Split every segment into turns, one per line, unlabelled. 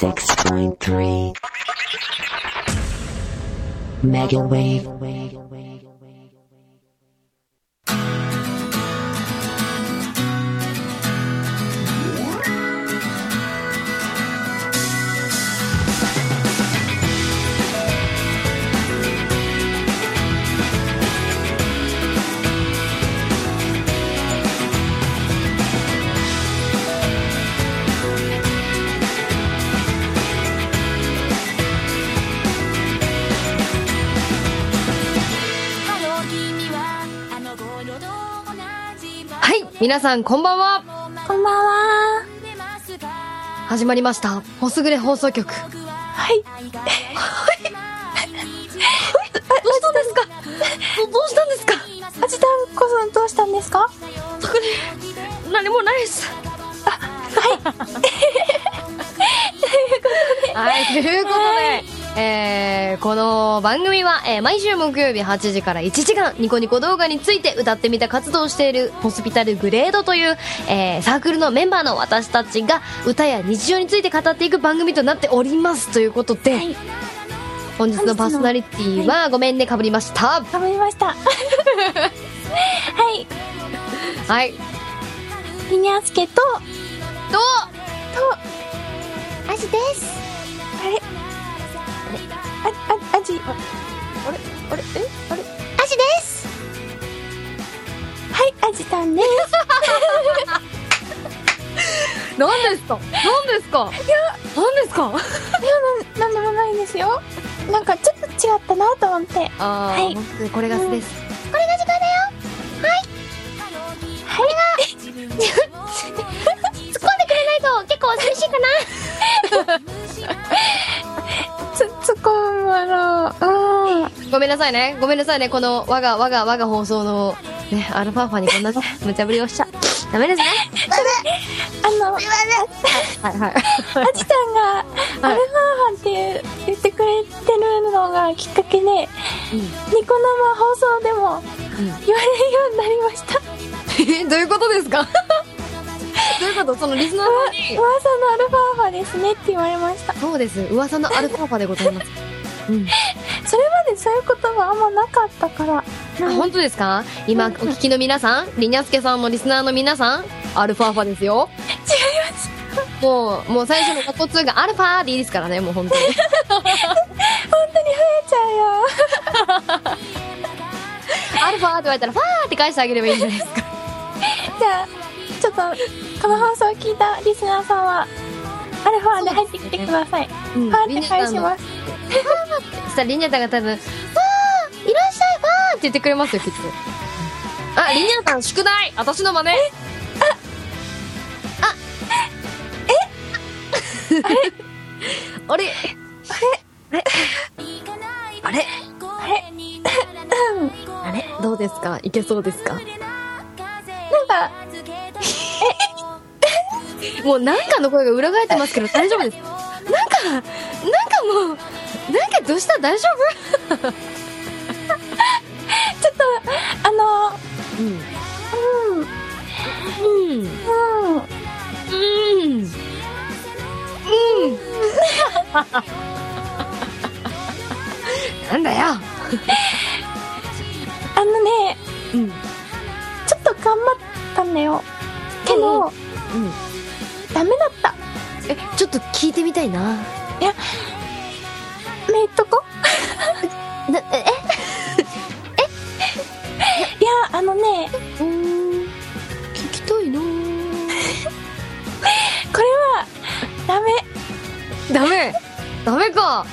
76.3 Mega Wave.
は
はい、皆さんこんばんは。
こんばん
ばんは。
は
始まりました。ほすぐれ放送局。ど
はい
うしたんですかどどうしたんですか
あちたんこさんどうしたんですか
特に何もないです。はい。ということで、えー、この番組は、えー毎週木曜日8時から1時間、ニコニコ動画について歌ってみた活動をしている、ホスピタルグレードという、えーサークルのメンバーの私たちが、歌や日常について語っていく番組となっております。ということで、本日のパーソナリティは、ごめんね、かぶりました。
頑張りました。 はい。
はい。
みにゃすけと、
どう
あじです。あれあ、あ、あじ、ああれあれえあれあじです。はい、あじた んです。
何ですか何ですかいや何ですか
いや、なんなんでもないですよ。なんかちょっと違ったなと思って。
あ
ー
ー、はい、これが
が
素
素
で、
ですこれが時間だよ。 はい。突っ込んでくれないと結構寂しいかな。つ、突っ込むわろう。うん。
ごめんなさいねごめんなさいねこの我が我が我が放送のねアルファーファにこん な無茶ぶりをしちゃダメですね
あの、
はいはい
あじさんが、アルファーハンって言ってくれてるのがきっかけで、ニコ生放送でも
うん
言われるようになりました。
えどういうことですか どういうことそのリスナーさんに
噂のアルファーハですねって言われました。
そうです噂のアルファーファでござい ますうん、
それまでそういう言葉あんまなかったから。
あ本当ですか今お聞きの皆さんりにゃすけさんもリスナーの皆さんアルファーファですよ
違います。
もうもう最初の学校通がアルファーでいいですからねもう本 当に
本当に増えちゃうよ。
アルファって言われたら、ファーって返してあげればいいんじゃないですか。
じゃあ、ちょっと、この放送を聞いたリスナーさんは、アルファで入ってきてください。
うん
ファーって返します。
そ したら、リニャタが多分、ファーいらっしゃいファーって言ってくれますよ、きっと。あ、リニャタの宿題私の真似ああえ あれあれあれどうですかいけそうですか
なんか、
もうなんかの声が裏返ってますけど大丈夫ですなんか なんかもうなんかどうした大丈
ちょっと、あの、
夫うん
うん、
うんう
うん、
んうんなんだよ
あのね、
うんうん
ちょっと頑張ったんだよ。けど、ダメだった。
えちょっと聞いてみたいな
めいっとこ
なえ
いや、あのね、
うーん聞きたいな
これは、ダメ。
ダメダメか、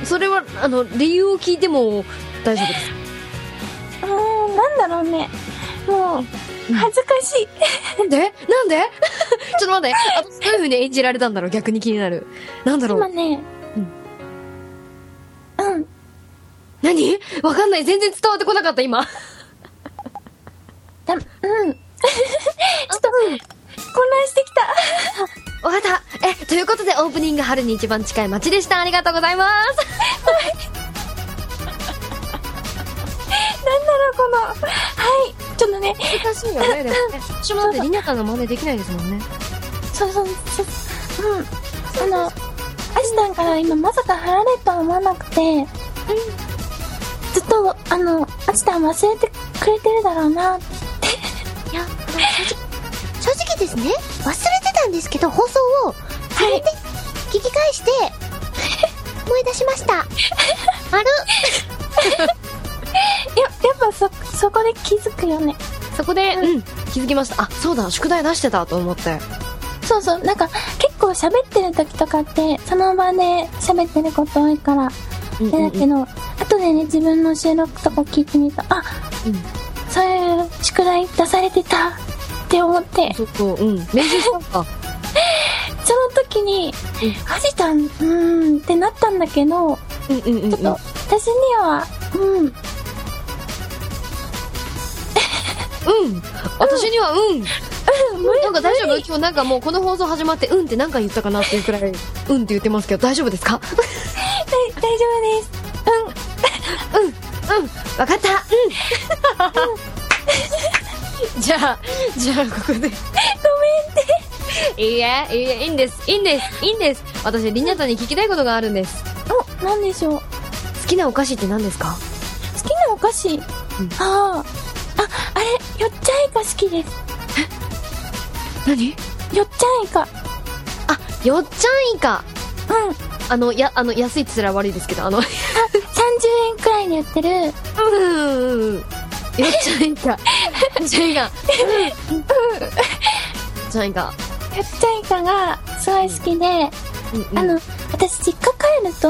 うん、それはあの理由を聞いても大丈夫です
うーん、なんだろうね。もう、恥ずかしい。
なんでなんでちょっと待って私どういう風に演じられたんだろう逆に気になるなんだろ
今
う
ね、うん。
何わかんない全然伝わってこなかった今
だ、うん。ちょっと、混乱してきた。
わかったえということでオープニング春に一番近い街でしたありがとうございます
なんだろう、この、はい。ちょっとね、
難しいよねで もね私もだってりなたの真似できないですもんね
そうそう、そううん。あの、アシタンから今まさか貼られるとは思わなくて、ずっと、あの、アシタン忘れてくれてるだろう
い
な。
や、あの正直、正直ですね、忘れてたんですけど、放送を
はい。
聞き返 して、思い出しました。ある
や、やっぱそ、そこで気づくよね。
そこで、うん、気づきましたあそうだ宿題出してたと思って
そうそう、なんか結構喋ってる時とかって、その場で喋ってること多いから、
うん
でだけど、後でね、自分の収録とか聞いてみると、あ、
うん
そういう宿題出されてたって思って、
ちょっとうん練習したのか
その時に、アジタン、うーんってなったんだけど、
うんうんうん、うん、
ちょっと私には、うん、
うん私にはうん
無理
なんか大丈夫今日なんかもうこの放送始まってうんって何回言ったかなっていうくらいうんって言ってますけど大丈夫ですか
大大丈夫です。
うんわかったうん じゃあじゃあここでごめんねいいえいいえいいんですいいんですいいんです私りなたに聞きたいことがあるんです
お、なんでしょう。好
好きなお菓子って何ですか
きなお菓子。ああ。あ、あれ、よっちゃんイカ好きです。
何
よっちゃんイカ。
あよっちゃんイカ
うん。
あのやあの安いってすら悪いですけどあのうん
30円くらいで売ってる、よっ
うんうんよっちゃんイカ よっちゃんイカうんよっちゃんイカ
ちゃんイカがすごい好きで、あの、私実家帰ると、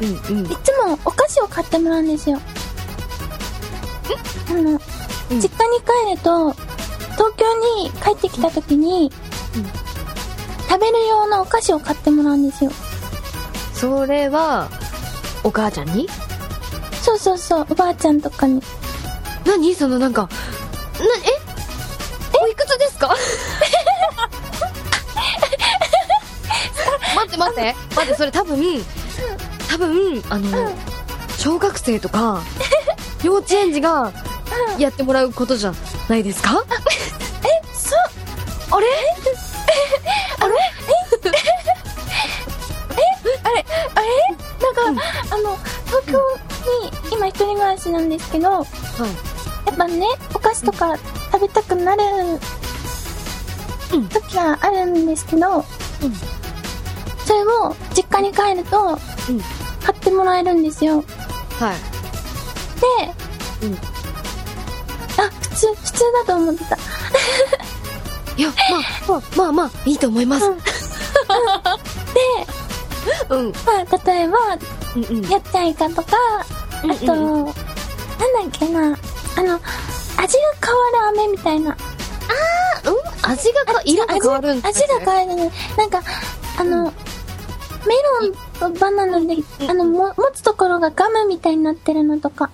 うんうん
いつもお菓子を買ってもらうんですよ。あ
う
の、
ん
実家に帰ると、東京に帰ってきた時に、
うん
食べる用のお菓子を買ってもらうんですよ。
それはお母ちゃんに
そうそうそう、おばあちゃんとかに。
何そのなんかなえおいくつですか 待って待って待ってそれ多分多分あの、小学生と か幼稚園児がやってもらうことじゃないですか
そうあれ あれええあれあれなんか、あの、東京に今一人暮らしなんですけど、やっぱね、お菓子とか食べたくなる
うん
時があるんですけど、それを実家に帰ると
うん、
買ってもらえるんですよ。
はい
で、
うん
あ、普通、普通だと思ってた。
いやまあまあまあまあいいと思います
うん
うん
まあ、例えば、
うんうん
やっちゃんイカとか、あと、
うんうん
なんだっけな、あの、味が変わる飴みたいな。
味がか色が変わるんです
味が変わるね。なんか、あの、メロンとバナナで、あの、も持つところがガムみたいになってるのとか。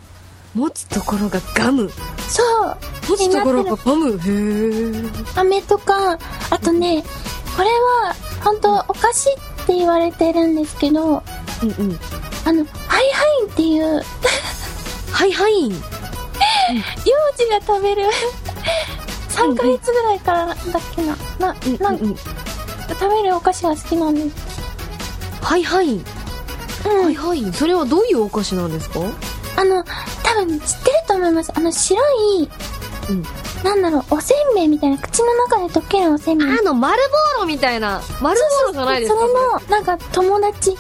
持つところがガム
そう。
持つところ
に
が
なっ
ガムへえ
てる飴とか、あとね、これは、本当お菓子って言われてるんですけど、
うんうん
あの、ハイハインっていう、
はいはい
幼児が食べる 3ヶ月ぐらいからだっけな、な、なん
うんうん
食べるお菓子が好きなんです。
はいはい
うん。
はいはいそれはどういうお菓子なんですか
あの、多分知ってると思います。あの、白い、
うん
なんだろう、おせんべいみたいな、口の中で溶けるおせんべい。
あの丸ボーロみたいな丸ボーロじゃないですか
それの、なんか、友達。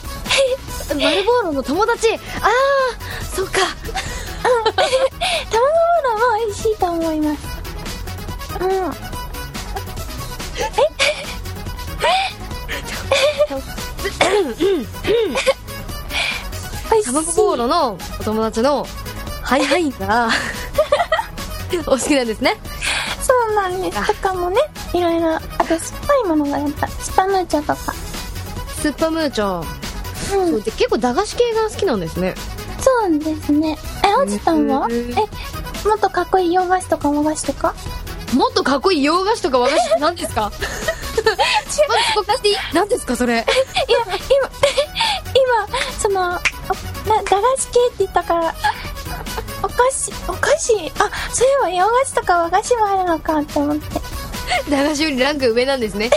それ丸ボーロの友達ああそうか
卵ボーロも美味しいと思います。うん。え美味しい。
卵ボーロのお友達のハイハイ がお好きなんですね
そうなんです。とかもね、いろいろ、あと酸っぱいものがやっぱ、スパムーチョとか。
スッパムーチョ
う
そ
ん
う。で結構駄菓子系が好きなんですね
そうですね。え、おじたんは
うん
え、もっとかっこいい洋菓子とか和菓子とか
もっとかっこいい洋菓子とか和菓子って何です かまずここしていい何ですかそれ
いや、今、今、その、おな、駄菓子系って言ったから、お菓子、お菓子、あ、そういえば洋菓子とか和菓子もあるのかって思って。
駄菓子よりランク上なんですね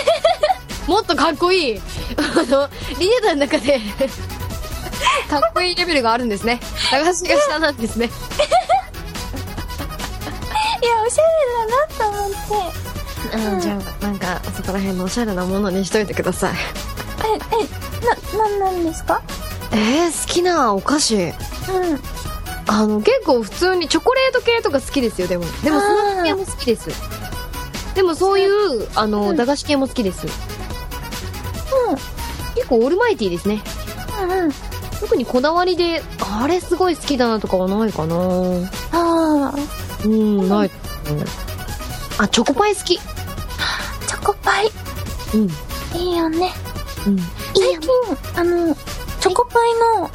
もっとかっこいいあのリネタの中 でかっこいいレベルがあるんですね駄菓子が下なんですね
いや、おしゃれだなと思っ て。
うんじゃあなんかそこら辺のおしゃれなものにしといてください
え、え、な、なんなんですか
えー、好きなお菓子
うん。
あの結構普通にチョコレート系とか好きですよでもでも
あー
スナック系も好きですでもそういうあの、
うん
駄菓子系も好きです結構オールマイティーですね
うん。うんうん。
特にこだわりであれすごい好きだなとかはないかなう
あ
んない、あチョコパイ好き
あ、チョコパイ、
うん
いいよね。
うん
最近、あの、チョコパイの、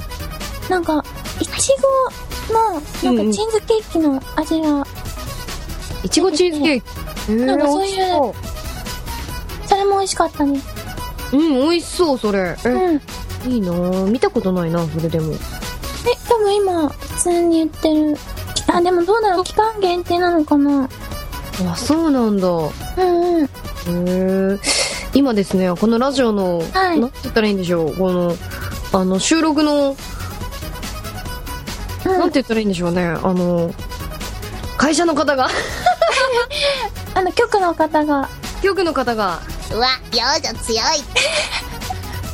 なんか、いちごの、
う
なん
うん
かチーズケーキの味が、
いちごチーズケーキえー
なんかそう
美
いう
味しそ
それも美味しかったね。
ううん美味しそうそれえ、
うん。え、
いいなぁ見たことないなそれでも
でも今、普通に売ってる。あ、でもどうだろう期間限定なのかな
あそうなんだ
うんうん。
へー今ですねこのラジオの、
はい
なんて言ったらいいんでしょうこのあの収録の、なんて言ったらいいんでしょうねあの会社の方が
あの、局の方が、
局の方が
うわ、幼女強い。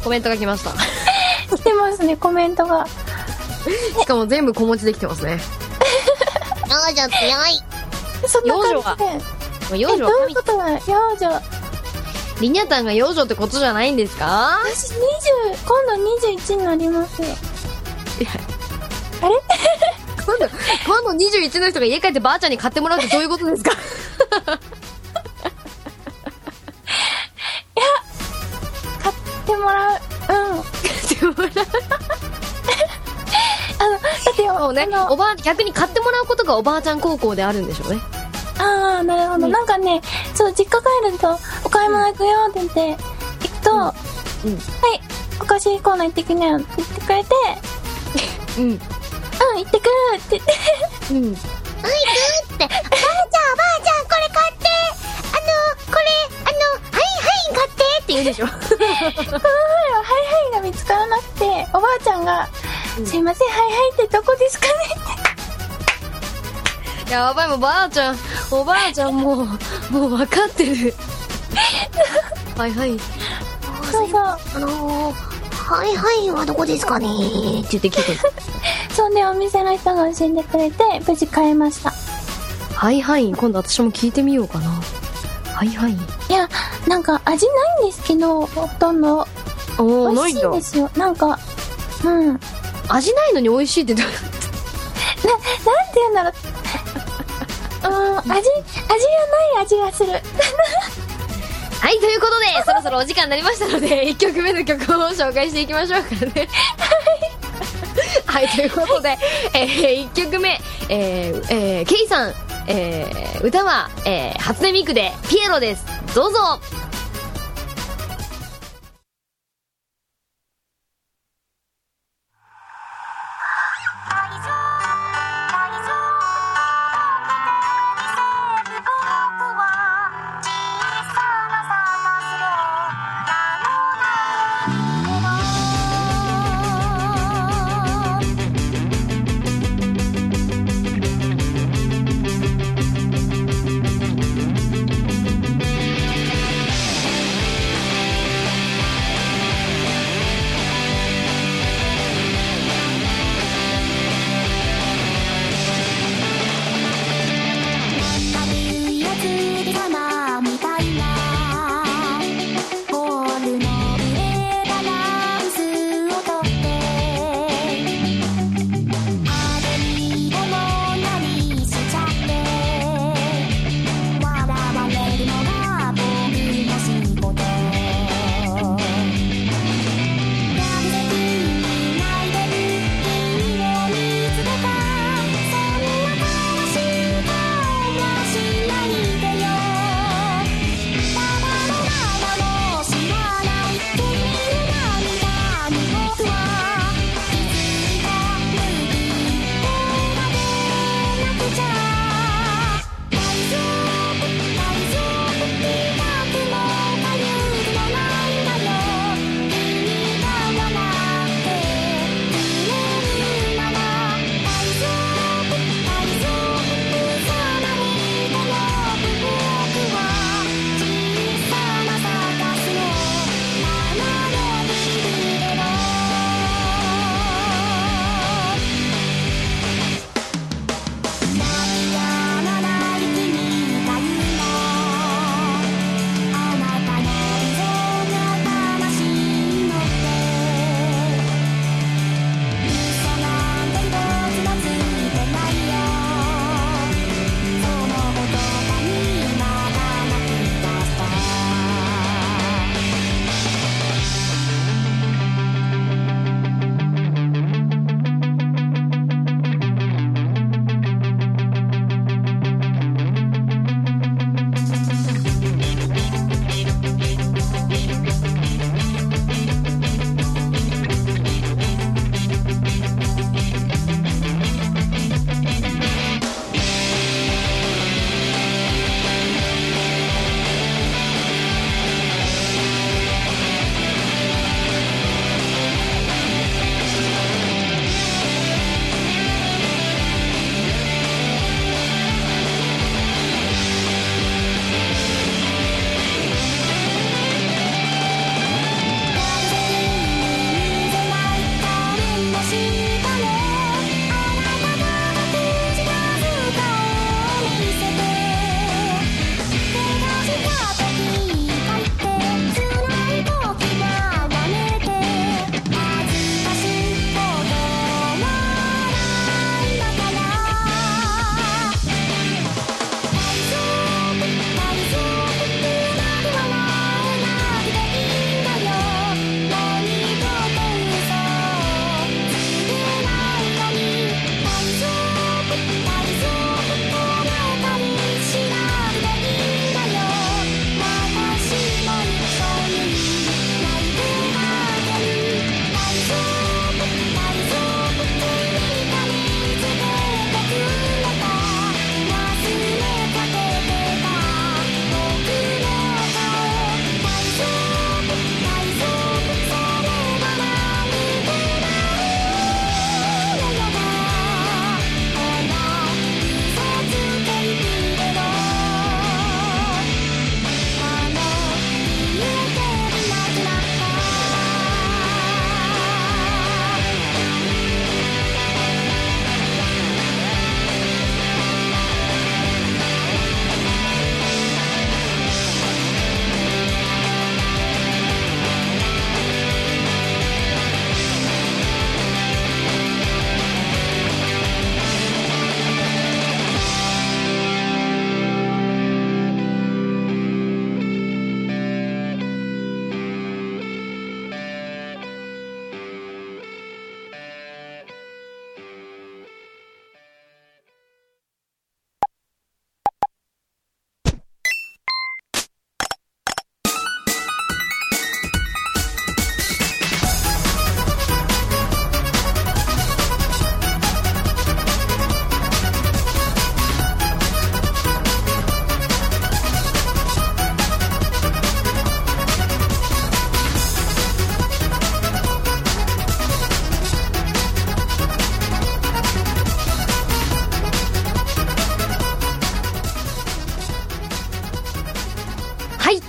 コメントが来ました
来てますね、コメントが。
しかも全部小文字できてますね
幼女強い。
そんな感じで。
もう幼
え、
女
ど
は
うい
神
うことだ幼女。
リニャタンが幼女ってことじゃないんですか
私20、今度21になります。あれ
今 度今度21の人が家帰ってばあちゃんに買ってもらうってどういうことですか
買ってもらう。うん。
買ってもらう
あの、だってよ、
そうね
あの
おばあ逆に買ってもらうことがおばあちゃん高校であるんでしょうね
あー、なるほど。
うん
なんかね、そう、実家帰ると、お買い物行くよって言って、行くと、
うんうん
はい、お菓子コーナー行ってきなよって言ってくれて、
うん
うん、行ってくるって言って、
うん
うん、行くって。おばあちゃん、おばあちゃん、これ買って。あの、これ、あの、はいはい、買ってって言うでしょ。
この前はハイハイが見つからなくて、おばあちゃんが、すいません、ハイハイってどこですかね
やばいもうばあちゃんおばあちゃんもうもう分かってるはいはいって
って。そうそう。
あのはいはいはどこですかね
言って聞いてる
そんでお店の人が教えてくれて、無事買えました。
はいはい今度私も聞いてみようかなはいはい
いや、なんか味ないんですけど、ほとんど。
お
美
おな
味
いん
しいん
だ
ですよ。なんか、うん。な、なんて
味ないのに美味しいってどう
言うんだろう。 うん、味、味がない味がする。
はいということでそろそろお時間になりましたので1 曲目の曲を紹介していきましょうかね はいということで、え1曲目、えーえーケイさん、えー歌は、えー初音ミクで「ピエロ」ですどうぞ
「あなたのことが好き」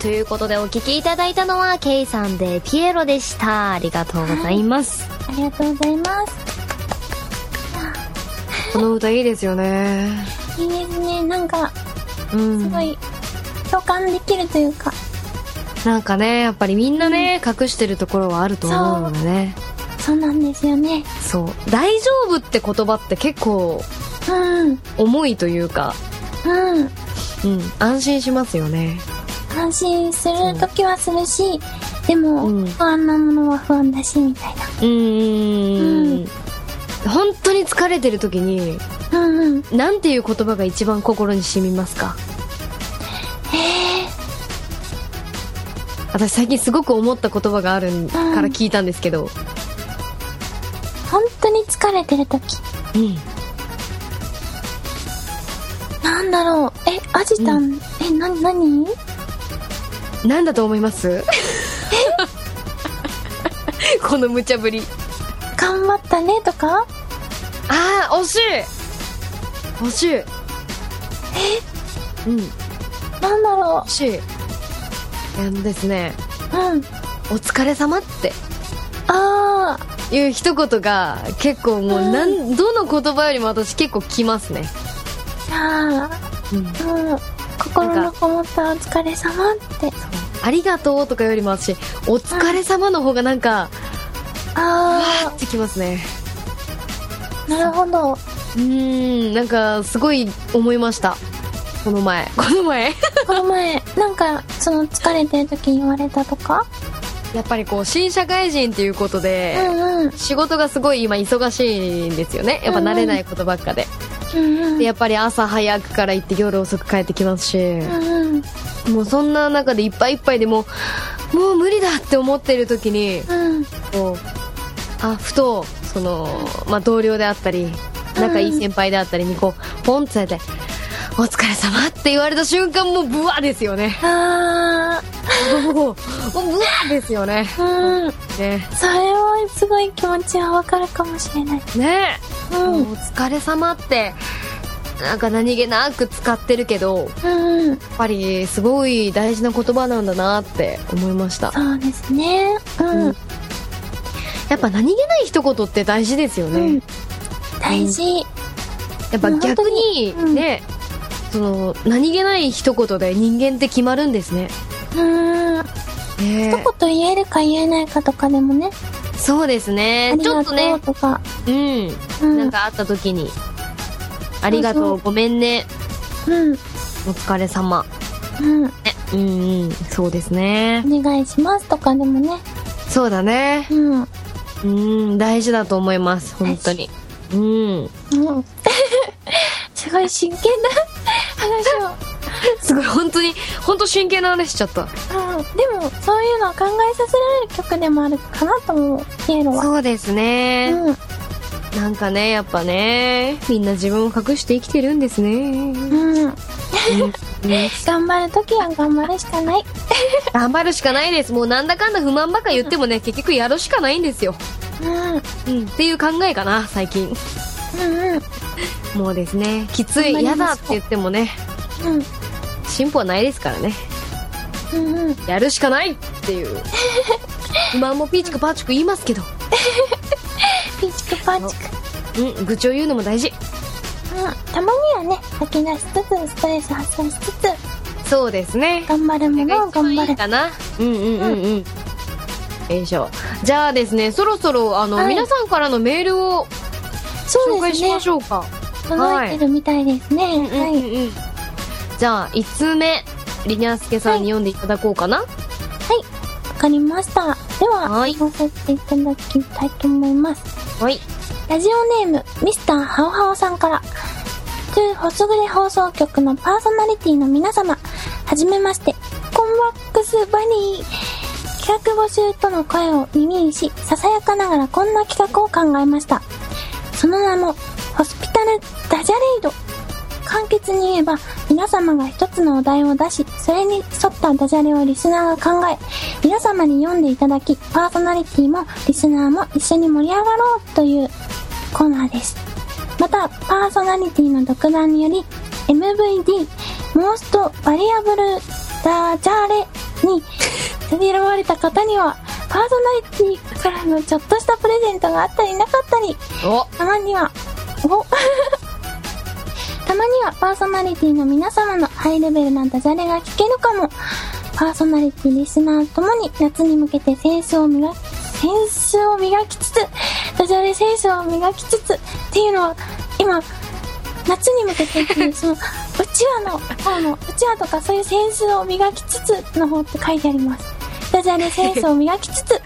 いうことでお聞きいただいたのは、ケイさんでピエロでした。ありがとうございます。
ありがとうございます。
この歌いいですよね。
いいですね。なんか、
うん。
すごい、共感できるというか、
なんかね、やっぱりみんなね、隠してるところはあると思うのでね。
そうなんですよね。
そう。大丈夫って言葉って結構
うん、
重いというか、
うん。
うん、安心しますよね。
安心するときはするし、でも、
うん
不安なものは不安だし、みた
う
いな。
ー。
うん
本当に疲れてる時に、
うんうん。
なんていう言葉が一番心に染みますか
え
私最近すごく思った言葉があるから聞いたんですけど、
ー、本当に疲れてるとき。
うん、
なんだろう。え、アジタン、え、な、なに
なんだと思います この無茶ぶり
頑張ったねとか
ああ惜しい惜しいえうん惜
なんだろ
しいあのですね
う。うん。
「お疲れ様って
あー、
いう一言が結構もうなんどの言葉よりも私結構きますね
あー、うん。心のこもったお疲れ様って。
ありがとうとかよりも私お疲れ様の方がなんか
あ
ってきますね
ー、なるほど。
うーんなんかすごい思いましたこの前この前
この前、なんか、その疲れてるとき言われたとか
やっぱりこう新社会人っていうこと
う
で、
んうん。
仕事がすごい今忙しいんですよねやっぱ慣れないことばっかで,、
うんうん。
でやっぱり朝早くから行って夜遅く帰ってきますし、
うんうん。
もうそんな中でいっぱいいっぱいでもうもう無理だって思ってる時に
うん。
こうあふとその、まあ、同僚であったり仲いい先輩であったりにこうポンってされて「お疲れ様って言われた瞬間もうブワーですよね
あ
もうもうブワーですよね
ー、うん。
ね
それはすごい気持ちはわかるかもしれない。
ね
う
え、
ん。うん
お疲れ様ってなんか何気なく使ってるけどやっ
うん。
ぱりすごい大事な言葉なんだなって思いました
そうですね。うん。
うんやっぱ何気ない一言って大事ですよね、
うん大事。
やっぱ逆に
本当にうん
ね、その何気ない一言で人間って決まるんですね。
うん。
ね
一言言えるか言えないかとかでもね。
そうです
あ
ね
り。
ちょ
が
っとね、
とうとか。
うん、
うん
なんかあった時に、ありがとう、ごめんね、
うん。
お疲れ様。
うん。
ねうんうん、そうですね。
お願いしますとかでもね。
そうだね。
うん。うん。
うん、大事だと思います、本当に。うん。
すごい真剣な話
すごい、本当に、本当真剣な話しちゃった。
を。うん。でも、そういうのを考えさせられる曲でもあるかなと思う。ピエロは。
そうです
う
ね。
ん。
なんかね、やっぱね、みんな自分を隠して生きてるんです ね。
うん。
ね
頑張るときは頑張るしかない。
頑張るしかないですもうなんだかんだ不満ばっか言ってもね結局やるしかないんですよ、
うん。
うん、っていう考えかな最近
うんうん。
もうですねきつい
頑張
嫌
りま
だ
しょう
って言ってもね
うん。
進歩はないですからね
うんうん。
やるしかないっていう 不満もピーチクパーチク言いますけど、
ピチクパチク。
うん、愚痴を言うのも大事
うん。たまにはね、吐き出しつつ、ストレス発散しつつ、
そうですね
頑張るものを頑張
いい
る。
かなうんうんうんうん、よいしょじゃあですねそろそろあの、
はい
皆さんからのメールを
そ
紹
うで
介
す
し
ね
ま。しょうか、
届いてるみたいですね。は
うん
い。
うんうんじゃあ1通目りにゃすけさんに読んでいただこうかな、
わかりました。では、
はい
読ませていただきたいと思います。
はい
ラジオネーム、ミスターハオハオさんから。トゥーホスグレ放送局のパーソナリティの皆様、はじめまして、コンバックスバニー。企画募集との声を耳にし、ささやかながらこんな企画を考えました。その名も、ホスピタルダジャレイド。簡潔に言えば、皆様が一つのお題を出し、それに沿ったダジャレをリスナーが考え、皆様に読んでいただき、パーソナリティもリスナーも一緒に盛り上がろうというコーナーです。また、パーソナリティの独断により、MVD、モーストバリアブルダジャレに取り選ばれた方には、パーソナリティからのちょっとしたプレゼントがあったりなかったり、
お
たまには、おたまにはパーソナリティの皆様のハイレベルなダジャレが聞けるかも。パーソナリティリスナーともに夏に向けてセンスを磨き、センスを磨きつつ、ダジャレセンスを磨きつつ、っていうのは、今、夏に向けてっていう、その、うちわの方の、うちわとかそういうセンスを磨きつつの方って書いてあります。ダジャレセンスを磨きつつ、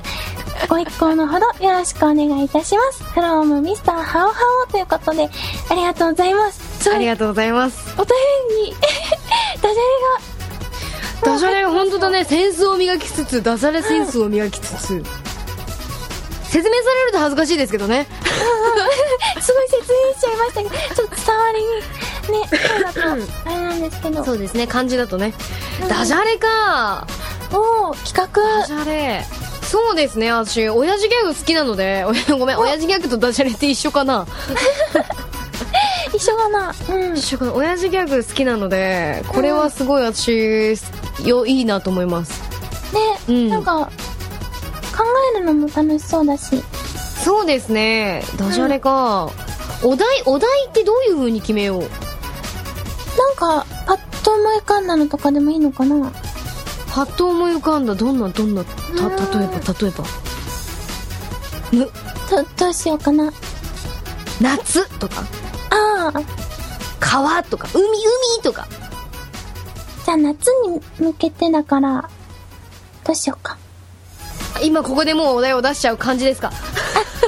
ご一行のほどよろしくお願いいたします。フロームミスターハオハオということで、ありがとうございます。そう
ありがとうございます
お便りに、ダジャレが
ダジャレ本当だねセンスを磨きつつダジャレセンスを磨きつつ、説明されると恥ずかしいですけどね
すごい説明しちゃいましたけど、ちょっと伝わりに、ね、そうだと、あれなんですけど、
そうですね漢字だとね、
うん
ダジャレか
おー、企
ダ
画
ジ、ャレそうですね私親父ギャグ好きなので おやごめん親父ギャグとダジャレって一緒かな
一緒かなうん。
一緒かな親父ギャグ好きなのでこれはすごい私よいいなと思います
ね、
うん
なんか、考えるのも楽しそうだし、
そうですねダジャレか、お題お題ってどういう風に決めよう
なんか、パッと思い浮かんだのとかでもいいのかな
パッと思い浮かんだどんなどんなた
うん
例えば例えば
ど、どうしようかな。
夏とか
ああ、
川とか海海とか
じゃあ夏に向けてだから、どうしようか。
今ここでもうお題を出しちゃう感じですか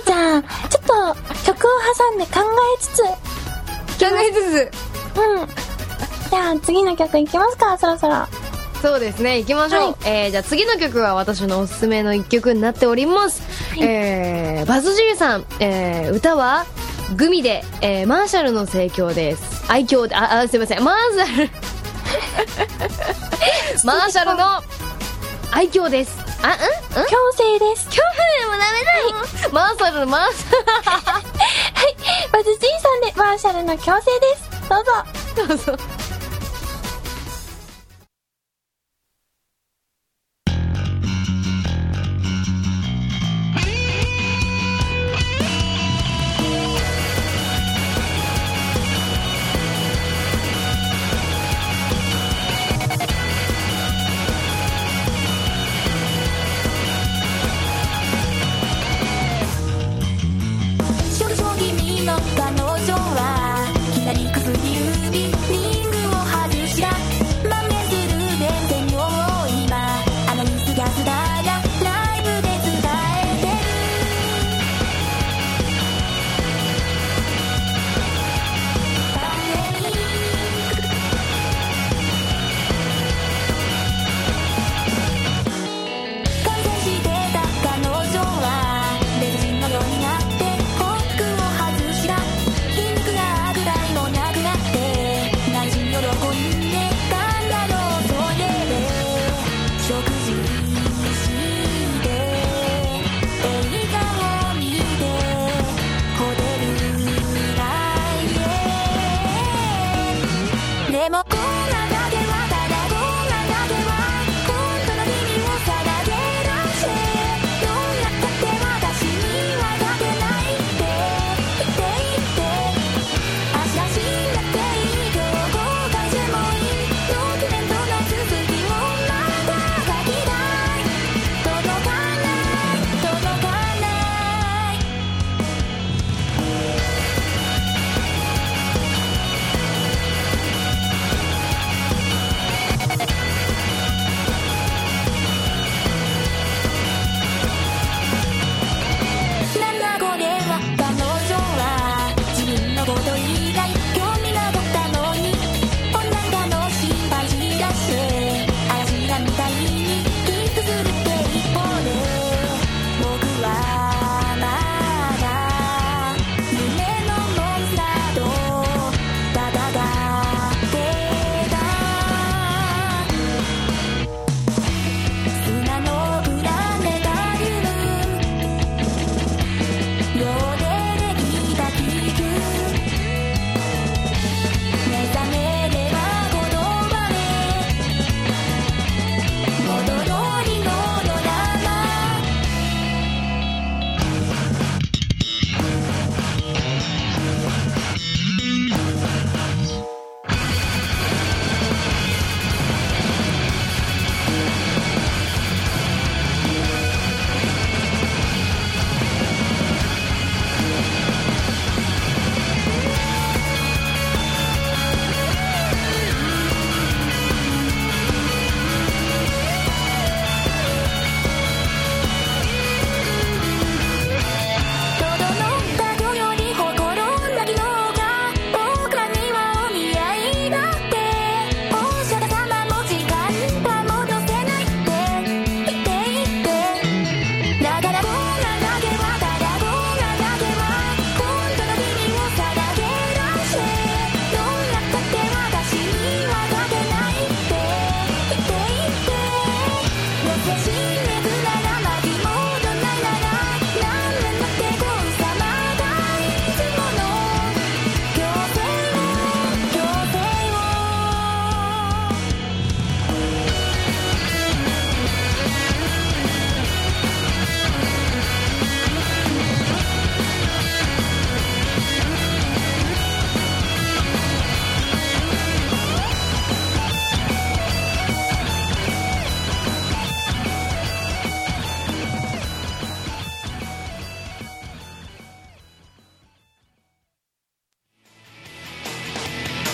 じゃあ、ちょっと曲を挟んで考えつつ、
考えつ
うん。じゃあ次の曲いきますか、そろそろ。
つそうですね行きましょう、
はい
えー、じゃあ次の曲は私のおすすめの一曲になっております、えー、バズジルさん、えー、歌はグミで、えー、マーシャルの盛況です愛嬌でああすいませんマー シャルマーシャルの愛嬌ですあうんうん
強制です。
恐怖でもダメだよマーシャルのマーシ
はい、バズジーさんでマーシャルの強制です。どうぞ。
ャルどうぞ
少々君の彼女は左くずに指リングを外したまめする電線を今あの水ガスだがライブで伝えてるバレリー完成してた彼女は別人のようになってフォークを外した皮肉がぐらいもなくなって内心喜んでたんだろうそれで食事なら巻き戻ないなら何なってこうさまだいつもの強制を強制を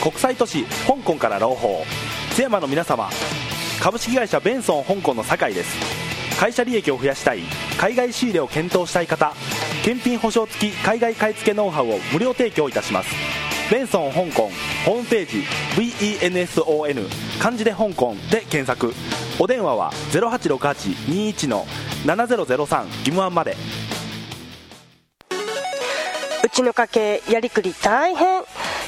国際都市香港から朗報津山の皆様株式会社ベンソン香港の酒井です会社利益を増やしたい海外仕入れを検討したい方検品保証付き海外買い付けノウハウを無料提供いたしますベンソン香港ホームページ VENSON 漢字で香港で検索お電話は086821の7003義務案まで
うちの家計やりくり大変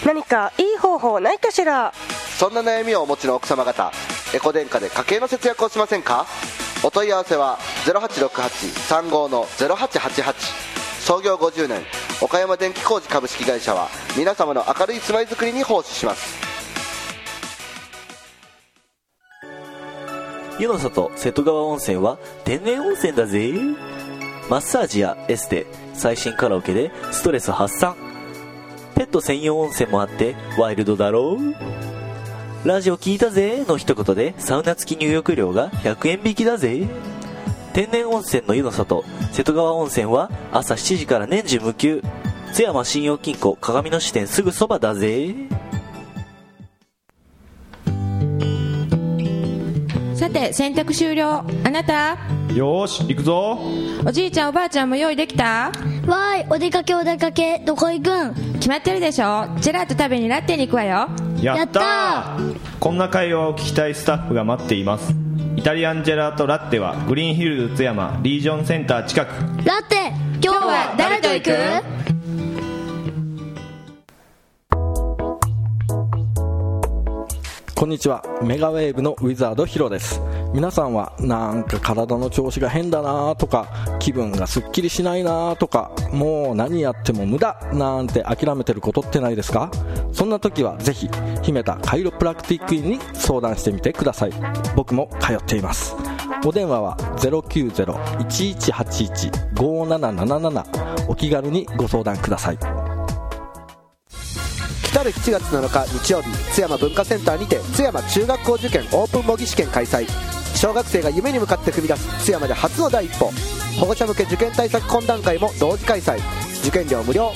何かいい方法ないかしら
そんな悩みをお持ちの奥様方エコ電化で家計の節約をしませんかお問い合わせは0868-35-0888創業50年岡山電気工事株式会社は皆様の明るい住まいづくりに奉仕します
湯の里瀬戸川温泉は天然温泉だぜマッサージやエステ最新カラオケでストレス発散ペット専用温泉もあってワイルドだろうラジオ聞いたぜの一言でサウナ付き入浴料が100円引きだぜ天然温泉の湯の里瀬戸川温泉は朝7時から年中無休津山信用金庫鏡の支店すぐそばだぜ
さて洗濯終了あなた
よーし行くぞ
おじいちゃんおばあちゃんも用意できた
わーいお出かけお出かけどこ行くん
決まってるでしょジェラート食べにラッテに行くわよ
やったー
や
こんな会話を聞きたいスタッフが待っていますイタリアンジェラートラッテはグリーンヒルズ津山リージョンセンター近く
ラテ今日は誰と行く
こんにちはメガウェーブのウィザードヒロです皆さんはなんか体の調子が変だなとか気分がすっきりしないなとかもう何やっても無駄なんて諦めてることってないですかそんな時はぜひ姫田カイロプラクティック院に相談してみてください僕も通っていますお電話は090-1181-5777お気軽にご相談ください
来る7月7日日曜日津山文化センターにて津山中学校受験オープン模擬試験開催小学生が夢に向かって踏み出す津山で初の第一歩保護者向け受験対策懇談会も同時開催受験料無料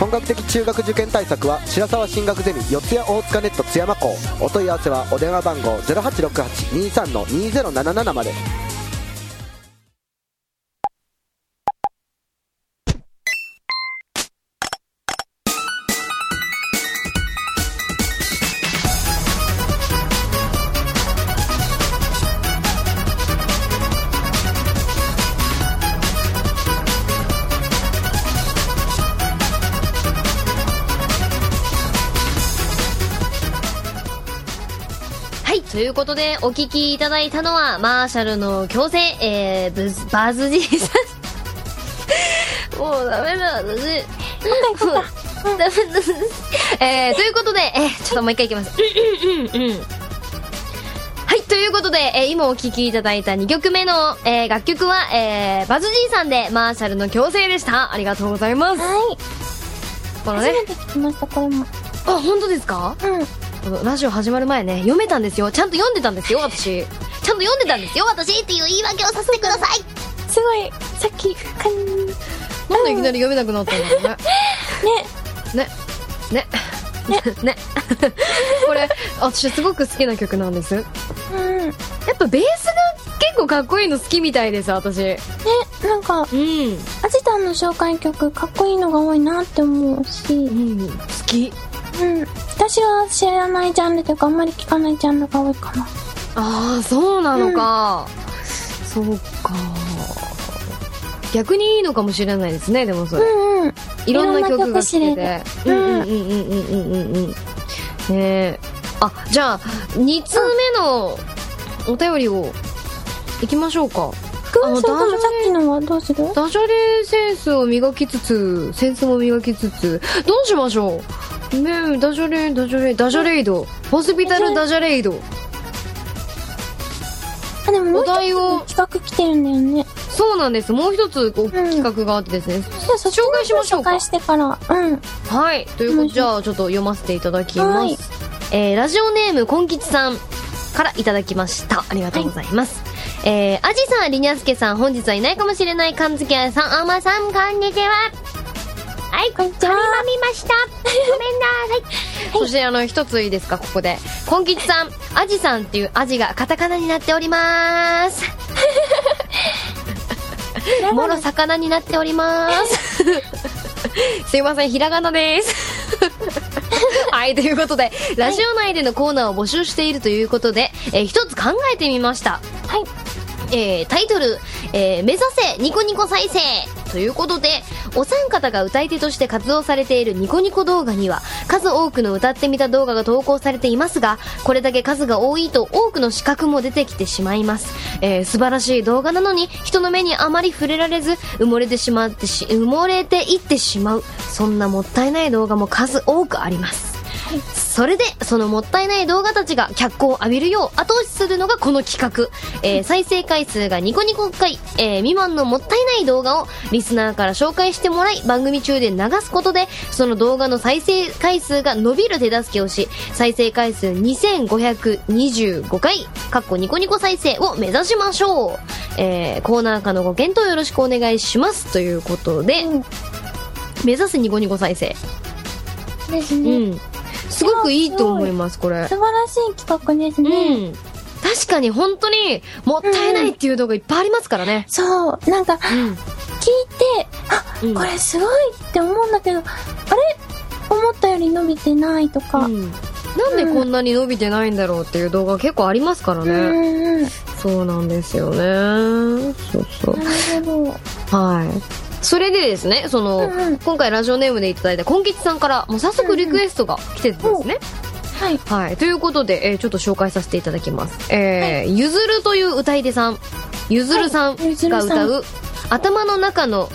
本格的中学受験対策は白沢進学ゼミ四谷大塚ネット津山校お問い合わせはお電話番号0868-23-2077まで
はい、ということで、お聞きいただいたのは、マーシャルの強制、えー、ブズバズじいさん。 もうダメだ、私。もうダメだ、私。えー、ということで、えー、ちょっともう一回いきます。うんうんうんうんはい、ということで、えー今お聴きいただいた2曲目の、えー楽曲は、えー、バズじいさんで、マーシャルの強制でした。ありがとうございます。
はい。
この
初
ね、
めて 聞きました、これも。
あ、本当ですか
うん。
このラジオ始まる前ね、読めたんですよ。ちゃんと読んでたんですよ、私。ちゃんと読んでたんですよ、私っていう言い訳をさせてください。
すごい、さっき、かん、ね、
なんでいきなり読めなくなったんだろうね。 ね。ね。ね。 ね。これ、私すごく好きな曲なんです。や
うん。ね、
っぱベースが結構かっこいいの好きみたいです、私。
なんか、
うん。
アジタンの紹介曲、かっこいいのが多いなって思うし、う。
うんん。好き。
私は知らないジャンルというか、あんまり聞かないジャンルが多いかな。
ああ、そうなのか。そうか。逆にいいのかもしれないですね、でもそれ。
うんうん。
いろんな曲が知れ
いろんな
て。うんうんうんうんうんうんうん。ねえ。あ、じゃあ、2通目のお便りを、行きましょうか。あの
それともさっきのはどうする
ダジャレセンスを磨きつつセンスも磨きつつどうしましょうねえダジャレダジャレダジャレイドホスピタルダジャレイド
あでももう一つ
お題を
企画来てるんだよね
そうなんですもう一つこう企画があってですね、
紹介しましょうか紹介してからうん
はいということでじゃあちょっと読ませていただきます、
はい
えーラジオネームこんきちさんからいただきましたありがとうございます、えー、アジさんりにゃすけさん本日はいないかもしれないかんづけ屋さんあんまさんこんにちは
はい、こんにちは。まみま した。ごめんなさい。
そしてあの一ついいですかここでこんきちさんアジさんっていうアジがカタカナになっております もろ魚になっておりますすいませんひらがなです はいということでラジオ内でのコーナーを募集しているということで、えー一つ考えてみました
はい
えータイトル、えー目指せニコニコ再生」ということでお三方が歌い手として活動されているニコニコ動画には数多くの歌ってみた動画が投稿されていますがこれだけ数が多いと多くの資格も出てきてしまいます、えー素晴らしい動画なのに人の目にあまり触れられず埋もれてしまってし埋もれていってしまうそんなもったいない動画も数多くありますそれでそのもったいない動画たちが脚光を浴びるよう後押しするのがこの企画、えー再生回数がニコニコ回、えー未満のもったいない動画をリスナーから紹介してもらい番組中で流すことでその動画の再生回数が伸びる手助けをし再生回数2525回かっこニコニコ再生を目指しましょう、えーコーナー化のご検討よろしくお願いしますということで、目指すニコニコ再生
です
う
ね、
んすごくいいと思いますこれ
素晴らしい企画ですね、
うん確かに本当にもったいないっていう動画いっぱいありますからね、
そうなんか、聞いてあ、これすごいって思うんだけどあれ思ったより伸びてないとか、
なんでこんなに伸びてないんだろうっていう動画結構ありますからね、
うんうん
そうなんですよねそうそう
なるほど
はいそれでですねその、今回ラジオネームでいただいたこんきちさんからもう早速リクエストが来てるんですね、
はい、
ということで、えーちょっと紹介させていただきます、えーゆずるという歌い手さんゆずるさん
ゆずる
が歌
さん
う「頭の中の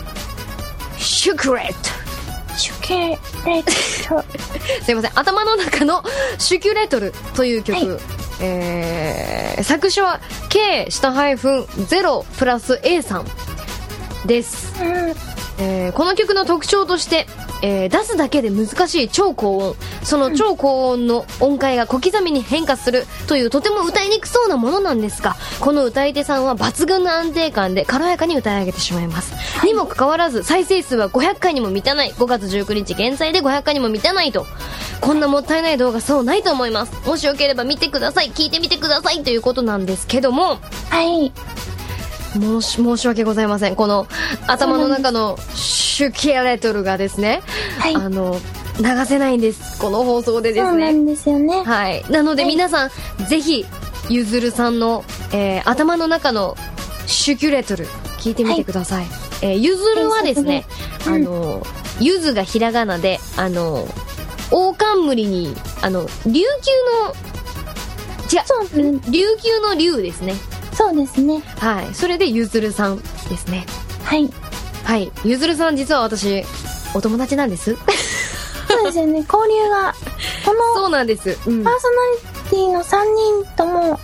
シュクレット」
シュケレット
すいません頭の中の「シュキュレトル」という曲、えー作詞は K 下ハイフン0プラス A さんです、えーこの曲の特徴として、えー出すだけで難しい超高音その超高音の音階が小刻みに変化するというとても歌いにくそうなものなんですがこの歌い手さんは抜群の安定感で軽やかに歌い上げてしまいます、にもかかわらず再生数は500回にも満たない5月19日現在で500回にも満たないとこんなもったいない動画そうないと思いますもしよければ見てください聞いてみてくださいということなんですけども
はい
申し申し訳ございませんこの頭の中のシュキアレトルがですね、あの流せないんですこの放送でですね
そうなんですよね
はいなので皆さん、ぜひゆずるさんの、えー頭の中のシュキュレトル聞いてみてください、えーゆずるはですね、あのゆずがひらがなであの大冠にあの琉球の違う琉球の竜ですね
そうですね
はいそれでゆずるさんですね
はい
はいゆずるさん実は私お友達なんです
そうです よね交流がこの
そうなんです、うん
パーソナリティの3人とも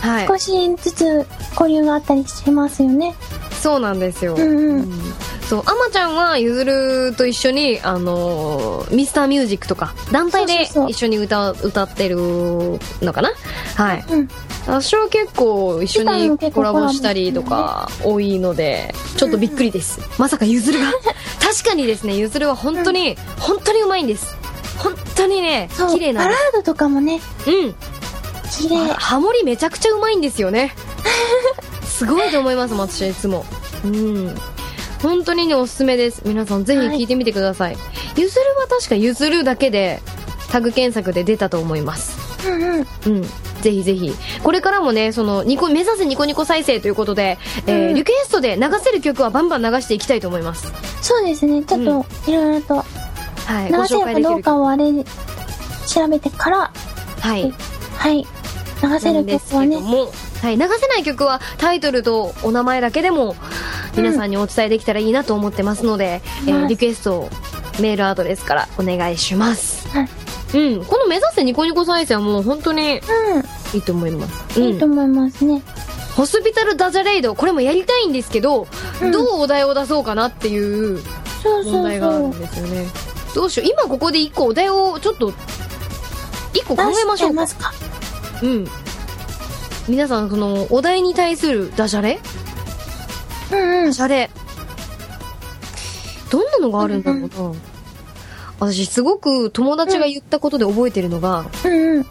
はい
少しずつ交流があったりしますよね、
そうなんですよ、
うんうん
そうあまちゃんはゆずると一緒にあのミスターミュージックとか団体で一緒に歌歌ってるのかなはい、私は結構一緒
ギターも
に
結構
コラボしたりとか多いのでちょっとびっくりです、まさかゆず るが確かにですねゆずるは本当に、本当にうまいんです本当にね
そう
綺麗な
バラードとかもね
うん
綺麗
ハモリめちゃくちゃうまいんですよ ねすごいと思います私いつもうん本当にねおすすめです皆さんぜひ聞いてみてください、ゆずるは確かゆずるだけでタグ検索で出たと思います
うんうん
うんぜひぜひこれからもねそのニコ目指すニコニコ再生ということで、えーリクエストで流せる曲はバンバン流していきたいと思います
そうですねちょっといろいろと
はい
流せるかどうかをあれ調べてから
はい
はい流せる曲はね
はい、流せない曲はタイトルとお名前だけでも皆さんにお伝えできたらいいなと思ってますので、えー
はい
リクエストをメールアドレスからお願いします、うん、この「目指せニコニコ再生」はもう本当にいいと思います、いいと
思いますね
ホスピタルダジャレイドこれもやりたいんですけど、どうお題を出そうかなっていう
そうそう
問題があるんですよねどうしよう今ここで一個お題をちょっと一個考えましょうかうん皆さんそのお題に対するダジャレ
うん
ダジャレどんなのがあるんだろうな、私すごく友達が言ったことで覚えてるのが「
うんうん、
ね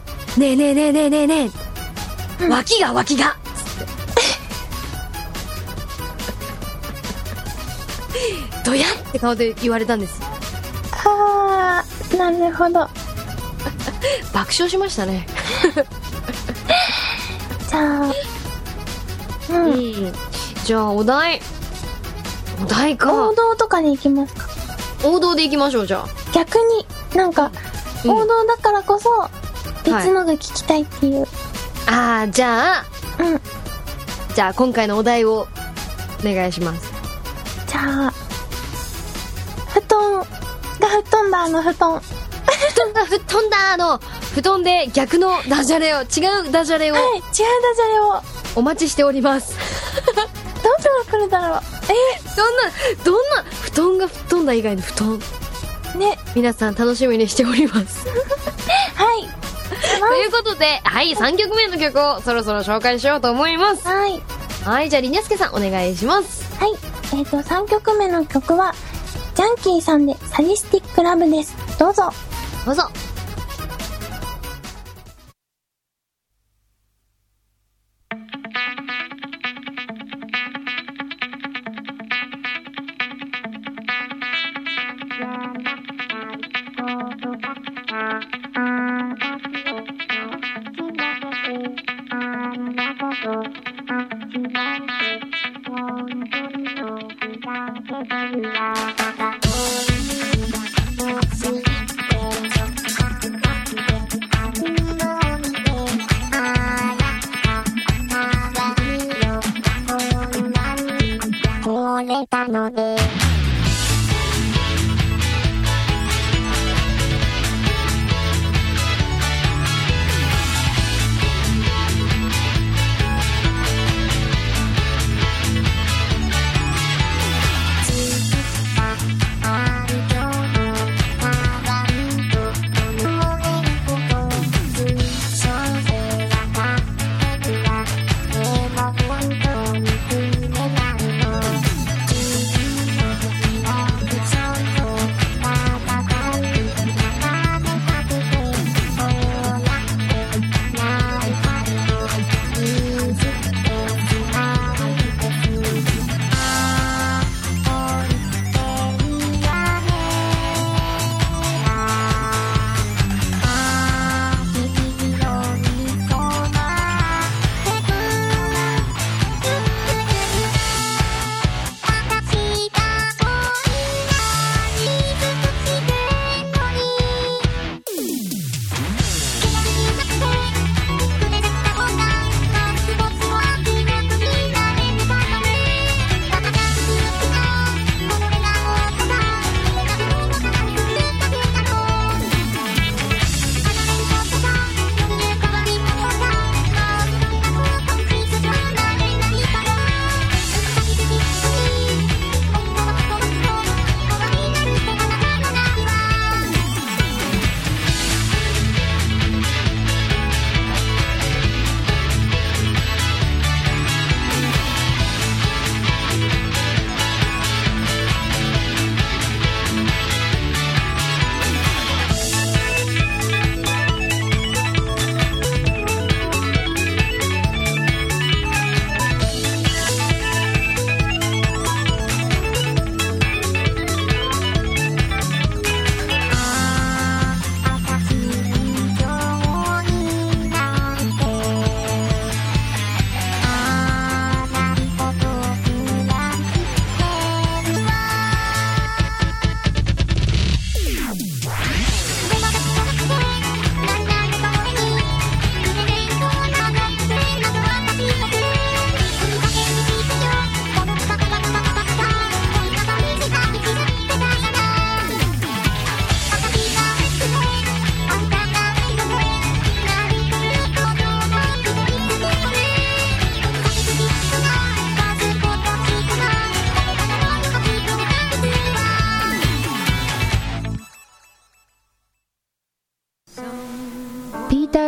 えねえねえねえねえねえ、脇が脇 が」つってドヤって顔で言われたんです
あーなるほど
爆笑しましたね
じゃあ
うん、じゃあお題お題か
王道とかでいきますか
王道でいきましょうじゃあ
逆になんか王道だからこそ別のが聞きたいっていう、
ああじゃあ
うん
じゃあ今回のお題をお願いします
じゃあ布団が吹っ飛んだあの布団
布団が 吹っ飛んだの布団で逆のダジャレを違うダジャレを
はい違うダジャレを
お待ちしております
どんなの来るだろう
えどんなどんな布団が吹っ飛んだ以外の布団
ね
皆さん楽しみにしております
はい
ということではい3曲目の曲をそろそろ紹介しようと思います
はい
はいじゃありにゃすけさんお願いします
はいえっ、と3曲目の曲はジャンキーさんでサディスティックラブですどうぞ
どうぞ
これたので「でも本当に夢なの」「自分の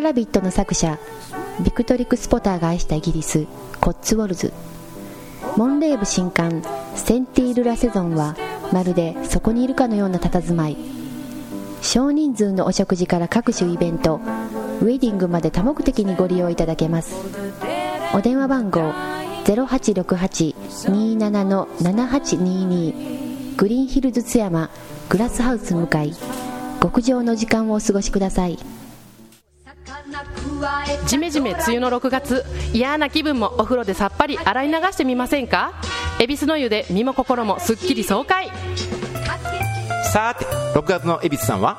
ラビット」の作者ビクトリック・スポターが愛したイギリスコッツウォルズモンレーブ新刊「センティール・ラセゾン」はまるでそこにいるかのような佇まい少人数のお食事から各種イベントウェディングまで多目的にご利用いただけますお電話番号0868-27-7822グリーンヒルズ津山グラスハウス向かい極上の時間をお過ごしください
ジメジメ梅雨の6月嫌な気分もお風呂でさっぱり洗い流してみませんか恵比寿の湯で身も心もすっきり爽快
さて6月の恵比寿さんは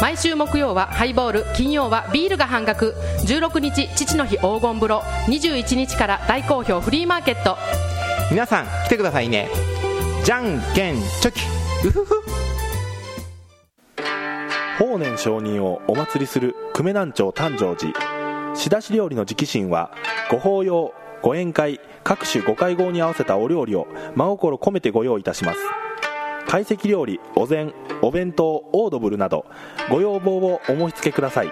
毎週木曜はハイボール金曜はビールが半額16日父の日黄金風呂21日から大好評フリーマーケット
皆さん来てくださいねじゃんけんチョキうふふ
法然上人をお祭りする久米南町誕生寺仕出し料理の直進はご法要ご宴会各種ご会合に合わせたお料理を真心込めてご用意いたします懐石料理お膳お弁当オードブルなどご要望をお申し付けください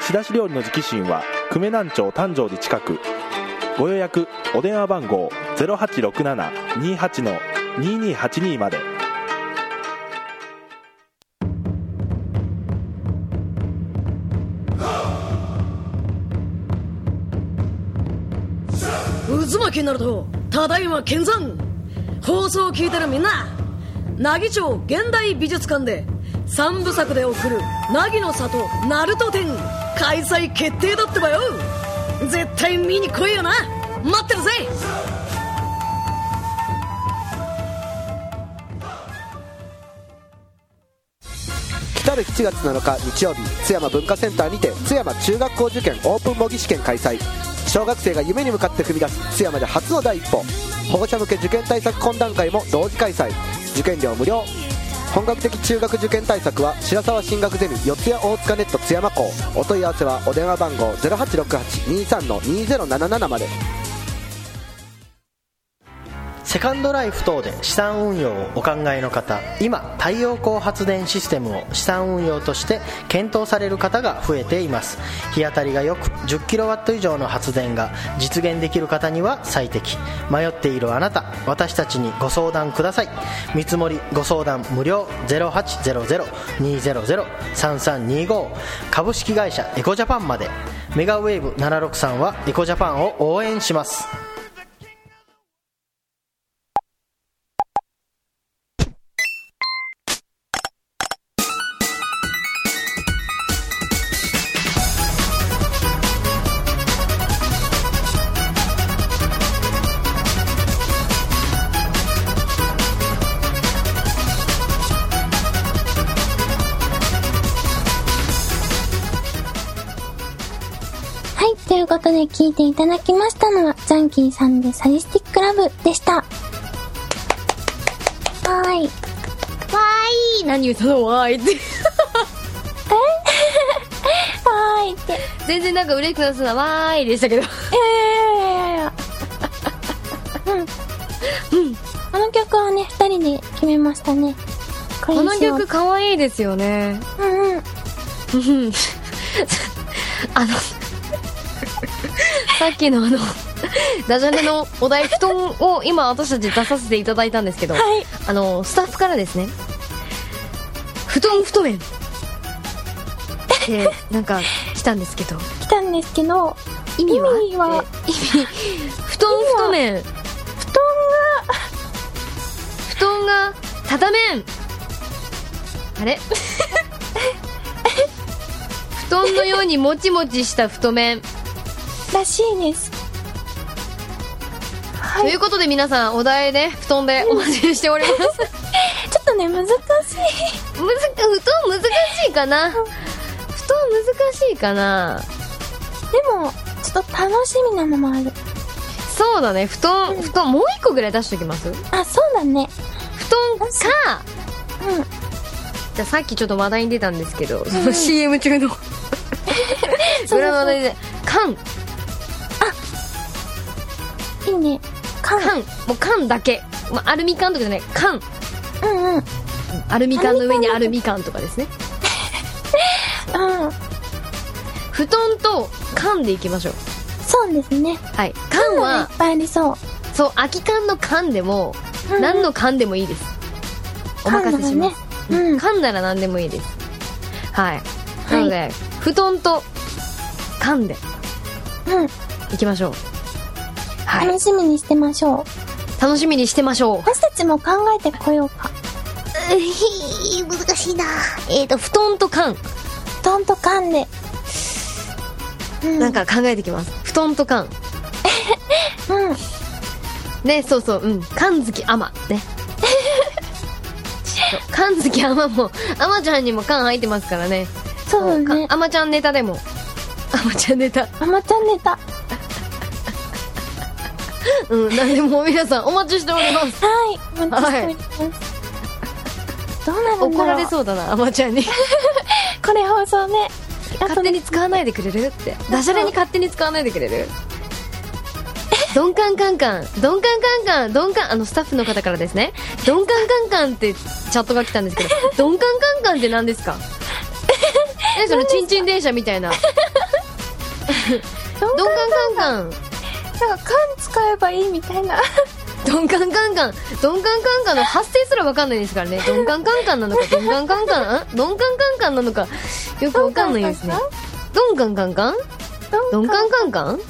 仕出し料理の直進は久米南町誕生寺近くご予約お電話番号0867-28-2282まで
渦巻きになるとただいま見参放送を聞いてるみんな奈義町現代美術館で三部作で送る「凪の里鳴門展」開催決定だってばよ絶対見に来いよな待ってるぜ
来る7月7日日曜日津山文化センターにて津山中学校受験オープン模擬試験開催小学生が夢に向かって踏み出す津山で初の第一歩保護者向け受験対策懇談会も同時開催受験料無料本格的中学受験対策は白沢進学ゼミ四谷大塚ネット津山校お問い合わせはお電話番号0868-23-2077まで
セカンドライフ等で資産運用をお考えの方今太陽光発電システムを資産運用として検討される方が増えています日当たりがよく 10kW 以上の発電が実現できる方には最適迷っているあなた私たちにご相談ください見積もりご相談無料0800-200-3325株式会社エコジャパンまでメガウェーブ763はエコジャパンを応援します
はい、ということで聞いていただきましたのは、ジャンキーさんでサディスティックラブでした。はーい。
わーい何言ったのわーいって
はーいって。
全然なんか嬉しくなさなわーいでしたけど
いやいやいや。うん。うん。あの曲はね、二人で決めましたね。こ
この曲
わ
可愛いですよね
うんう
う
ん。
んあのさっきのあのダジャレのお題布団を今私たち出させていただいたんですけど、あのスタッフからですね布団布団園ってなんか来たんですけど
来たんですけど、意味は意味は、
布団布団面
布団が、
布団が畳面あ れ布団のようにもちもちした太麺
らしいです
ということで皆さんお題で布団でお待ちしております
ちょっとね難しい
むず布団難しいかな布団難しいかな
でもちょっと楽しみなのもある
そうだね布団布団もう一個ぐらい出しときます
あそうだね
布団か
うん
じゃあさっきちょっと話題に出たんですけど、その CM 中の
そう
ドラマで「缶
いいね缶
缶もう缶だけ、まあ、アルミ缶とかじゃない缶
うんうん
アルミ缶の上にアルミ缶とかですね
うん
布団と缶でいきましょう
そうですね
はい缶はい
っぱいありそう
そう空き缶の缶でも、何の缶でもいいですお任せします缶,、缶なら何でもいいですはい、なので布団と缶で
うん
いきましょうはい
楽しみにしてましょう
楽しみにしてましょう私
たちも考えてこようか
うひ難しいな
えっ、と布団と缶
布団と缶で
なんか考えてきます布団と缶うんねそうそううん缶好きあま ねそう缶好きあまもあまちゃんにも缶入ってますからねそうねあまちゃんネタでもあまちゃんネタ
あまちゃんネタ
うん何でも皆さんお待ちしております
はいお待ちしております、どうなるんだろ う
怒られそうだなあまちゃんに
これ放送ね
勝手に使わないでくれるってダジャレに勝手に使わないでくれるドンカンカンカンドンカンカンカンドンカンあのスタッフの方からですねドンカンカンカンってチャットが来たん ですけどドンカンカンカンって何ですか えそのチンチン電車みたいな ドンカンカンカン
なんか缶使えばいいみたいな
ドンカンカンカンドンカンカンカンの発声すら分かんないですからねドンカンカンカンなの かドンカンカンカンんドンカンカンカンなのかよく分かんないですねドンカンカンカンドンカンカンカン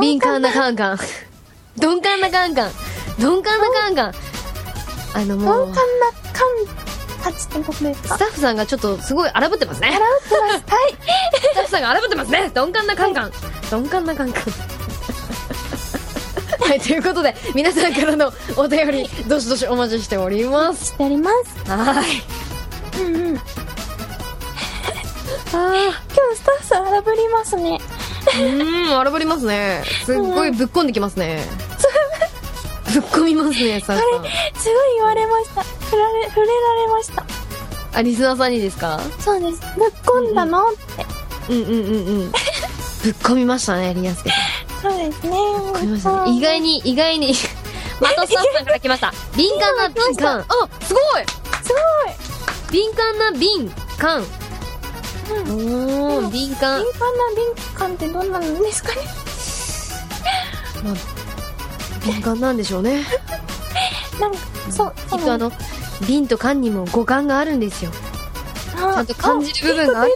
敏感なカンカン鈍感なカンカン鈍感なカンカンあのもう
鈍感な缶たちってことですか
スタッフさんがちょっとすごい荒ぶってますね荒
ぶってますはい
スタッフさんが荒ぶってますね鈍感なカンカン鈍感なカ ンカンはいということで皆さんからのお便りどしどしお待ちしております
しております
はい
うんうんあー今日スタッフさん荒ぶりますね
うん荒ぶりますねすっごいぶっこんできますねぶっこみます ねスタッフさん
すごい言われました触られ触れられました
あリスナーさんにですか
そうですぶっこんだの、って
うんうんうんうんぶっこみましたねりやすけさん
そうですね
ありましたね意外に意外 にまたスタッフさんから来ました敏感な敏感あすごい
す
敏感な敏感
ごい、うん、
おー敏感
敏感な敏感ってどんなのですかね
まあ敏感なんでしょうね
なんかそう
きっとあの敏と感にも五感があるんですよ
ち
ちゃんと感じる部分がある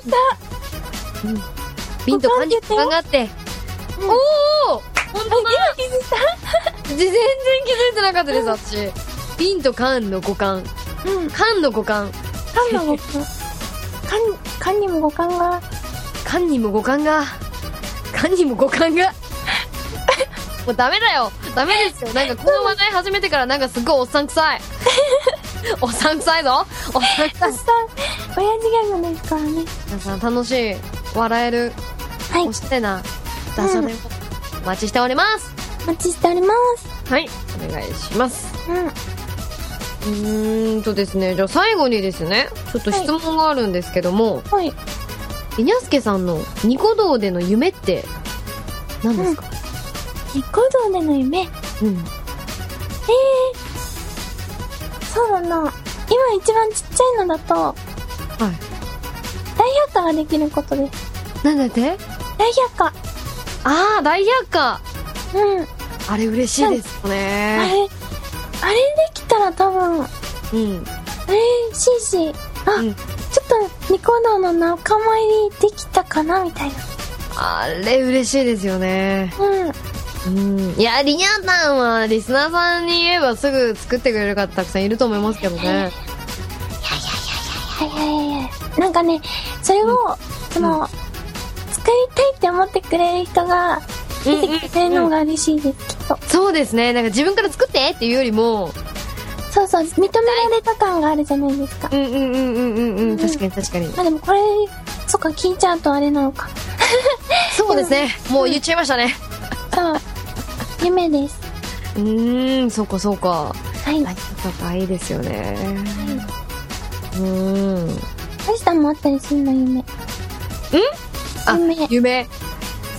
敏と感にも五感があっておお本当だ
今気づいた
全然気づいてなかったです私敏と感の五感
うん
感の五感
缶 の五感缶缶にも五感が
缶にも五感が缶にも五感がもうダメだよダメですよなんかこの話題始めてからなんかすごいおっさん 臭いおっさん臭いぞおっさん臭い
さん親父ギャグですからね
皆さん楽しい笑える、おしゃれなダジャレをお待ちしております
お待ちしております
はいお願いします
うん
うーんとですねじゃあ最後にですねちょっと質問があるんですけども
はい
稲助さんのニコ動での夢って何ですか、
ニコ動での夢え
うん
ー、そうだな今一番ちっちゃいのだとはい大百科ができることです
なんだって
大百科
ああ大百科
うん
あれ嬉しいですよ
あれ
ね
あれできたら多分あ
うん
れシーシーあ、ちょっとニコ動の仲間入りできたかなみたいな
あれ嬉しいですよね
うん
うんいやりにゃたんはリスナーさんに言えばすぐ作ってくれる方たくさんいると思いますけどね
はいはいはいはいなんかねそれを、その、作りたいって思ってくれる人が出てくれるのが嬉しいです、きっと
そうですねなんか自分から作ってっていうよりも
そうそう認められた感があるじゃないですか
うんうんうんうんうんうん確かに確かに
まあでもこれそっか聞いちゃうとあれなのか
そうですねもう言っちゃいましたね
そう夢です
うーんそうかそうか
はい
あそうかいいですよねうーんん
アシタもあったりするの夢うん
あ夢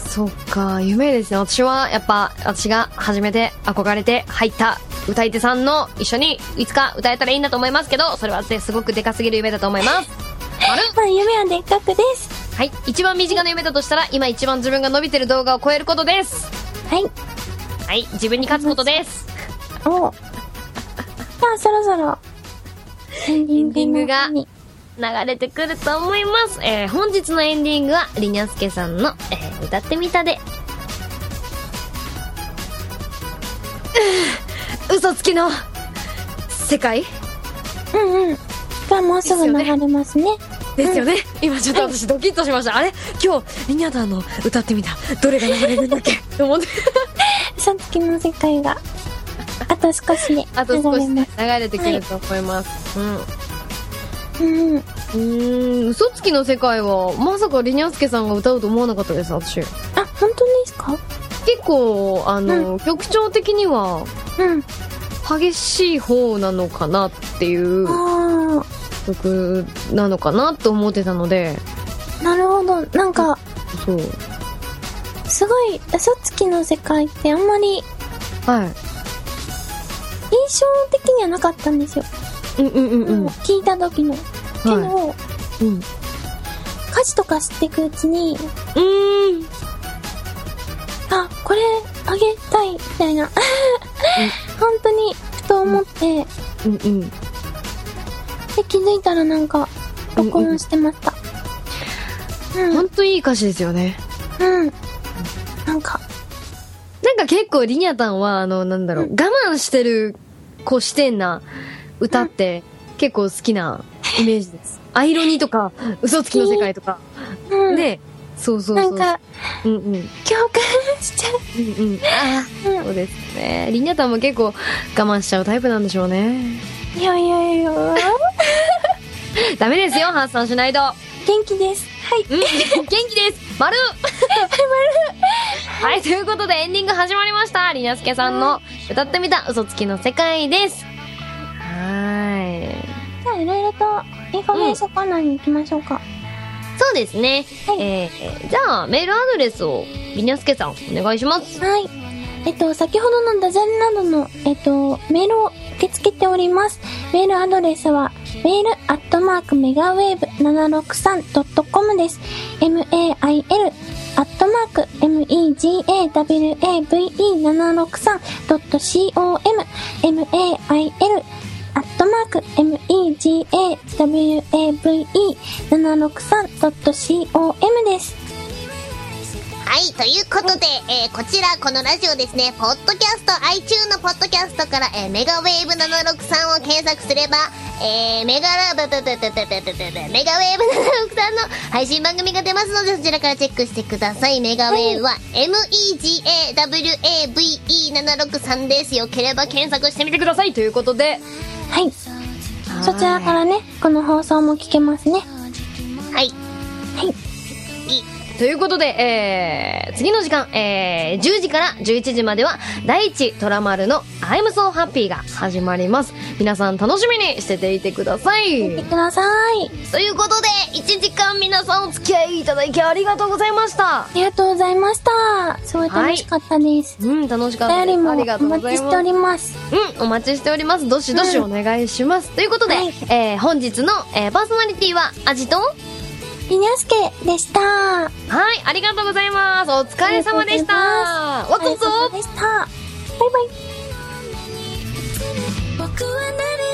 そっか夢ですね私はやっぱ私が初めて憧れて入った歌い手さんの一緒にいつか歌えたらいいんだと思いますけどそれはですごくでかすぎる夢だと思います
まあ夢はでっかくです
はい一番身近な夢だとしたら今一番自分が伸びてる動画を超えることです
はい
はい自分に勝つことです
おじゃあそろそろエンディング
エンディングが流れてくると思います、えー本日のエンディングはりにゃすけさんの、えー歌ってみたでう う嘘つきの世界
うんうんがもうすぐ流れますね
ですよね、今ちょっと私ドキッとしましたあれ今日リニャダの歌ってみたどれが流れるんだっけと思って
さっきの世界があと少しで
あと少し
流れま
ね
す
流れてくると思います、
うんう
ーん嘘つきの世界はまさかりにゃすけさんが歌うと思わなかったです私結
あ本当ですか
構あの、曲調的には
うん
激しい方なのかなっていう曲なのかなと思ってたので
なるほどなんか
そう
すごい嘘つきの世界ってあんまり
はい
印象的にはなかったんですよ
うんうんうんうん
聞いた時のけど、
うん
歌詞とか知っていくうちに
うん
あこれあげたいみたいな 本当にふと思って、
うんうんで
気づいたらなんか録音してました
ほんといい歌詞ですよね
うん、なんか
なんか結構りにゃたんはあのなんだろう、我慢してるこうしてんな歌って、結構好きなイメージですアイロニーとか嘘つきの世界とか、
うん
ねそうそうそう
なんか
うんうん
共感しちゃう
うんうんああ、そうですねりにゃたんも結構我慢しちゃうタイプなんでしょうね
いやいやいや
ダメですよ発散しないと
元気ですはい、
うん、元気です丸 はいということでエンディング始まりましたりなすけさんの歌ってみた嘘つきの世界ですはい
じゃあいろいろとインフォメーションコーナーに行きましょうか、
そうですね、えーじゃあメールアドレスをりにゃすけさんお願いします
はい。えっと、先ほどのダジャレなどの、えっと、メールを受け付けております。メールアドレスは、メールアットマークメガウェーブ 763.com です。mail アットマーク megawave763.com mail アットマーク megawave763.com です。
はい、ということで、えーこちら、このラジオですね、ポッドキャスト、iTune のポッドキャストから、えーメガウェーブ763を検索すれば、えーメガラブブブブブブブブブメガウェーブ763の配信番組が出ますので、そちらからチェックしてください。メガウェーブは、MEGAWAVE763 です。よければ検索してみてください。ということで、
はい。そちらからね、この放送も聞けますね。
はい。
ということで、えー、次の時間、えー、10時から11時までは、第一虎丸の I'm so happy が始まります。皆さん楽しみにしてていてください。
ください。
ということで、1時間皆さんお付き合いいただきありがとうございました
あ。りがとうございました。すごい楽しかったです。
うん、楽しかったです
お便りも
ありがとうございます
お待ちしております。
うん、お待ちしております。どしどしお願いします。ということで、えー、本日の、えー、パーソナリティは、アジと、
りにゃすけでした。お
はい、ありがとうございます。お疲れ様でした。
お疲れ様でした。バイバイ。
僕は何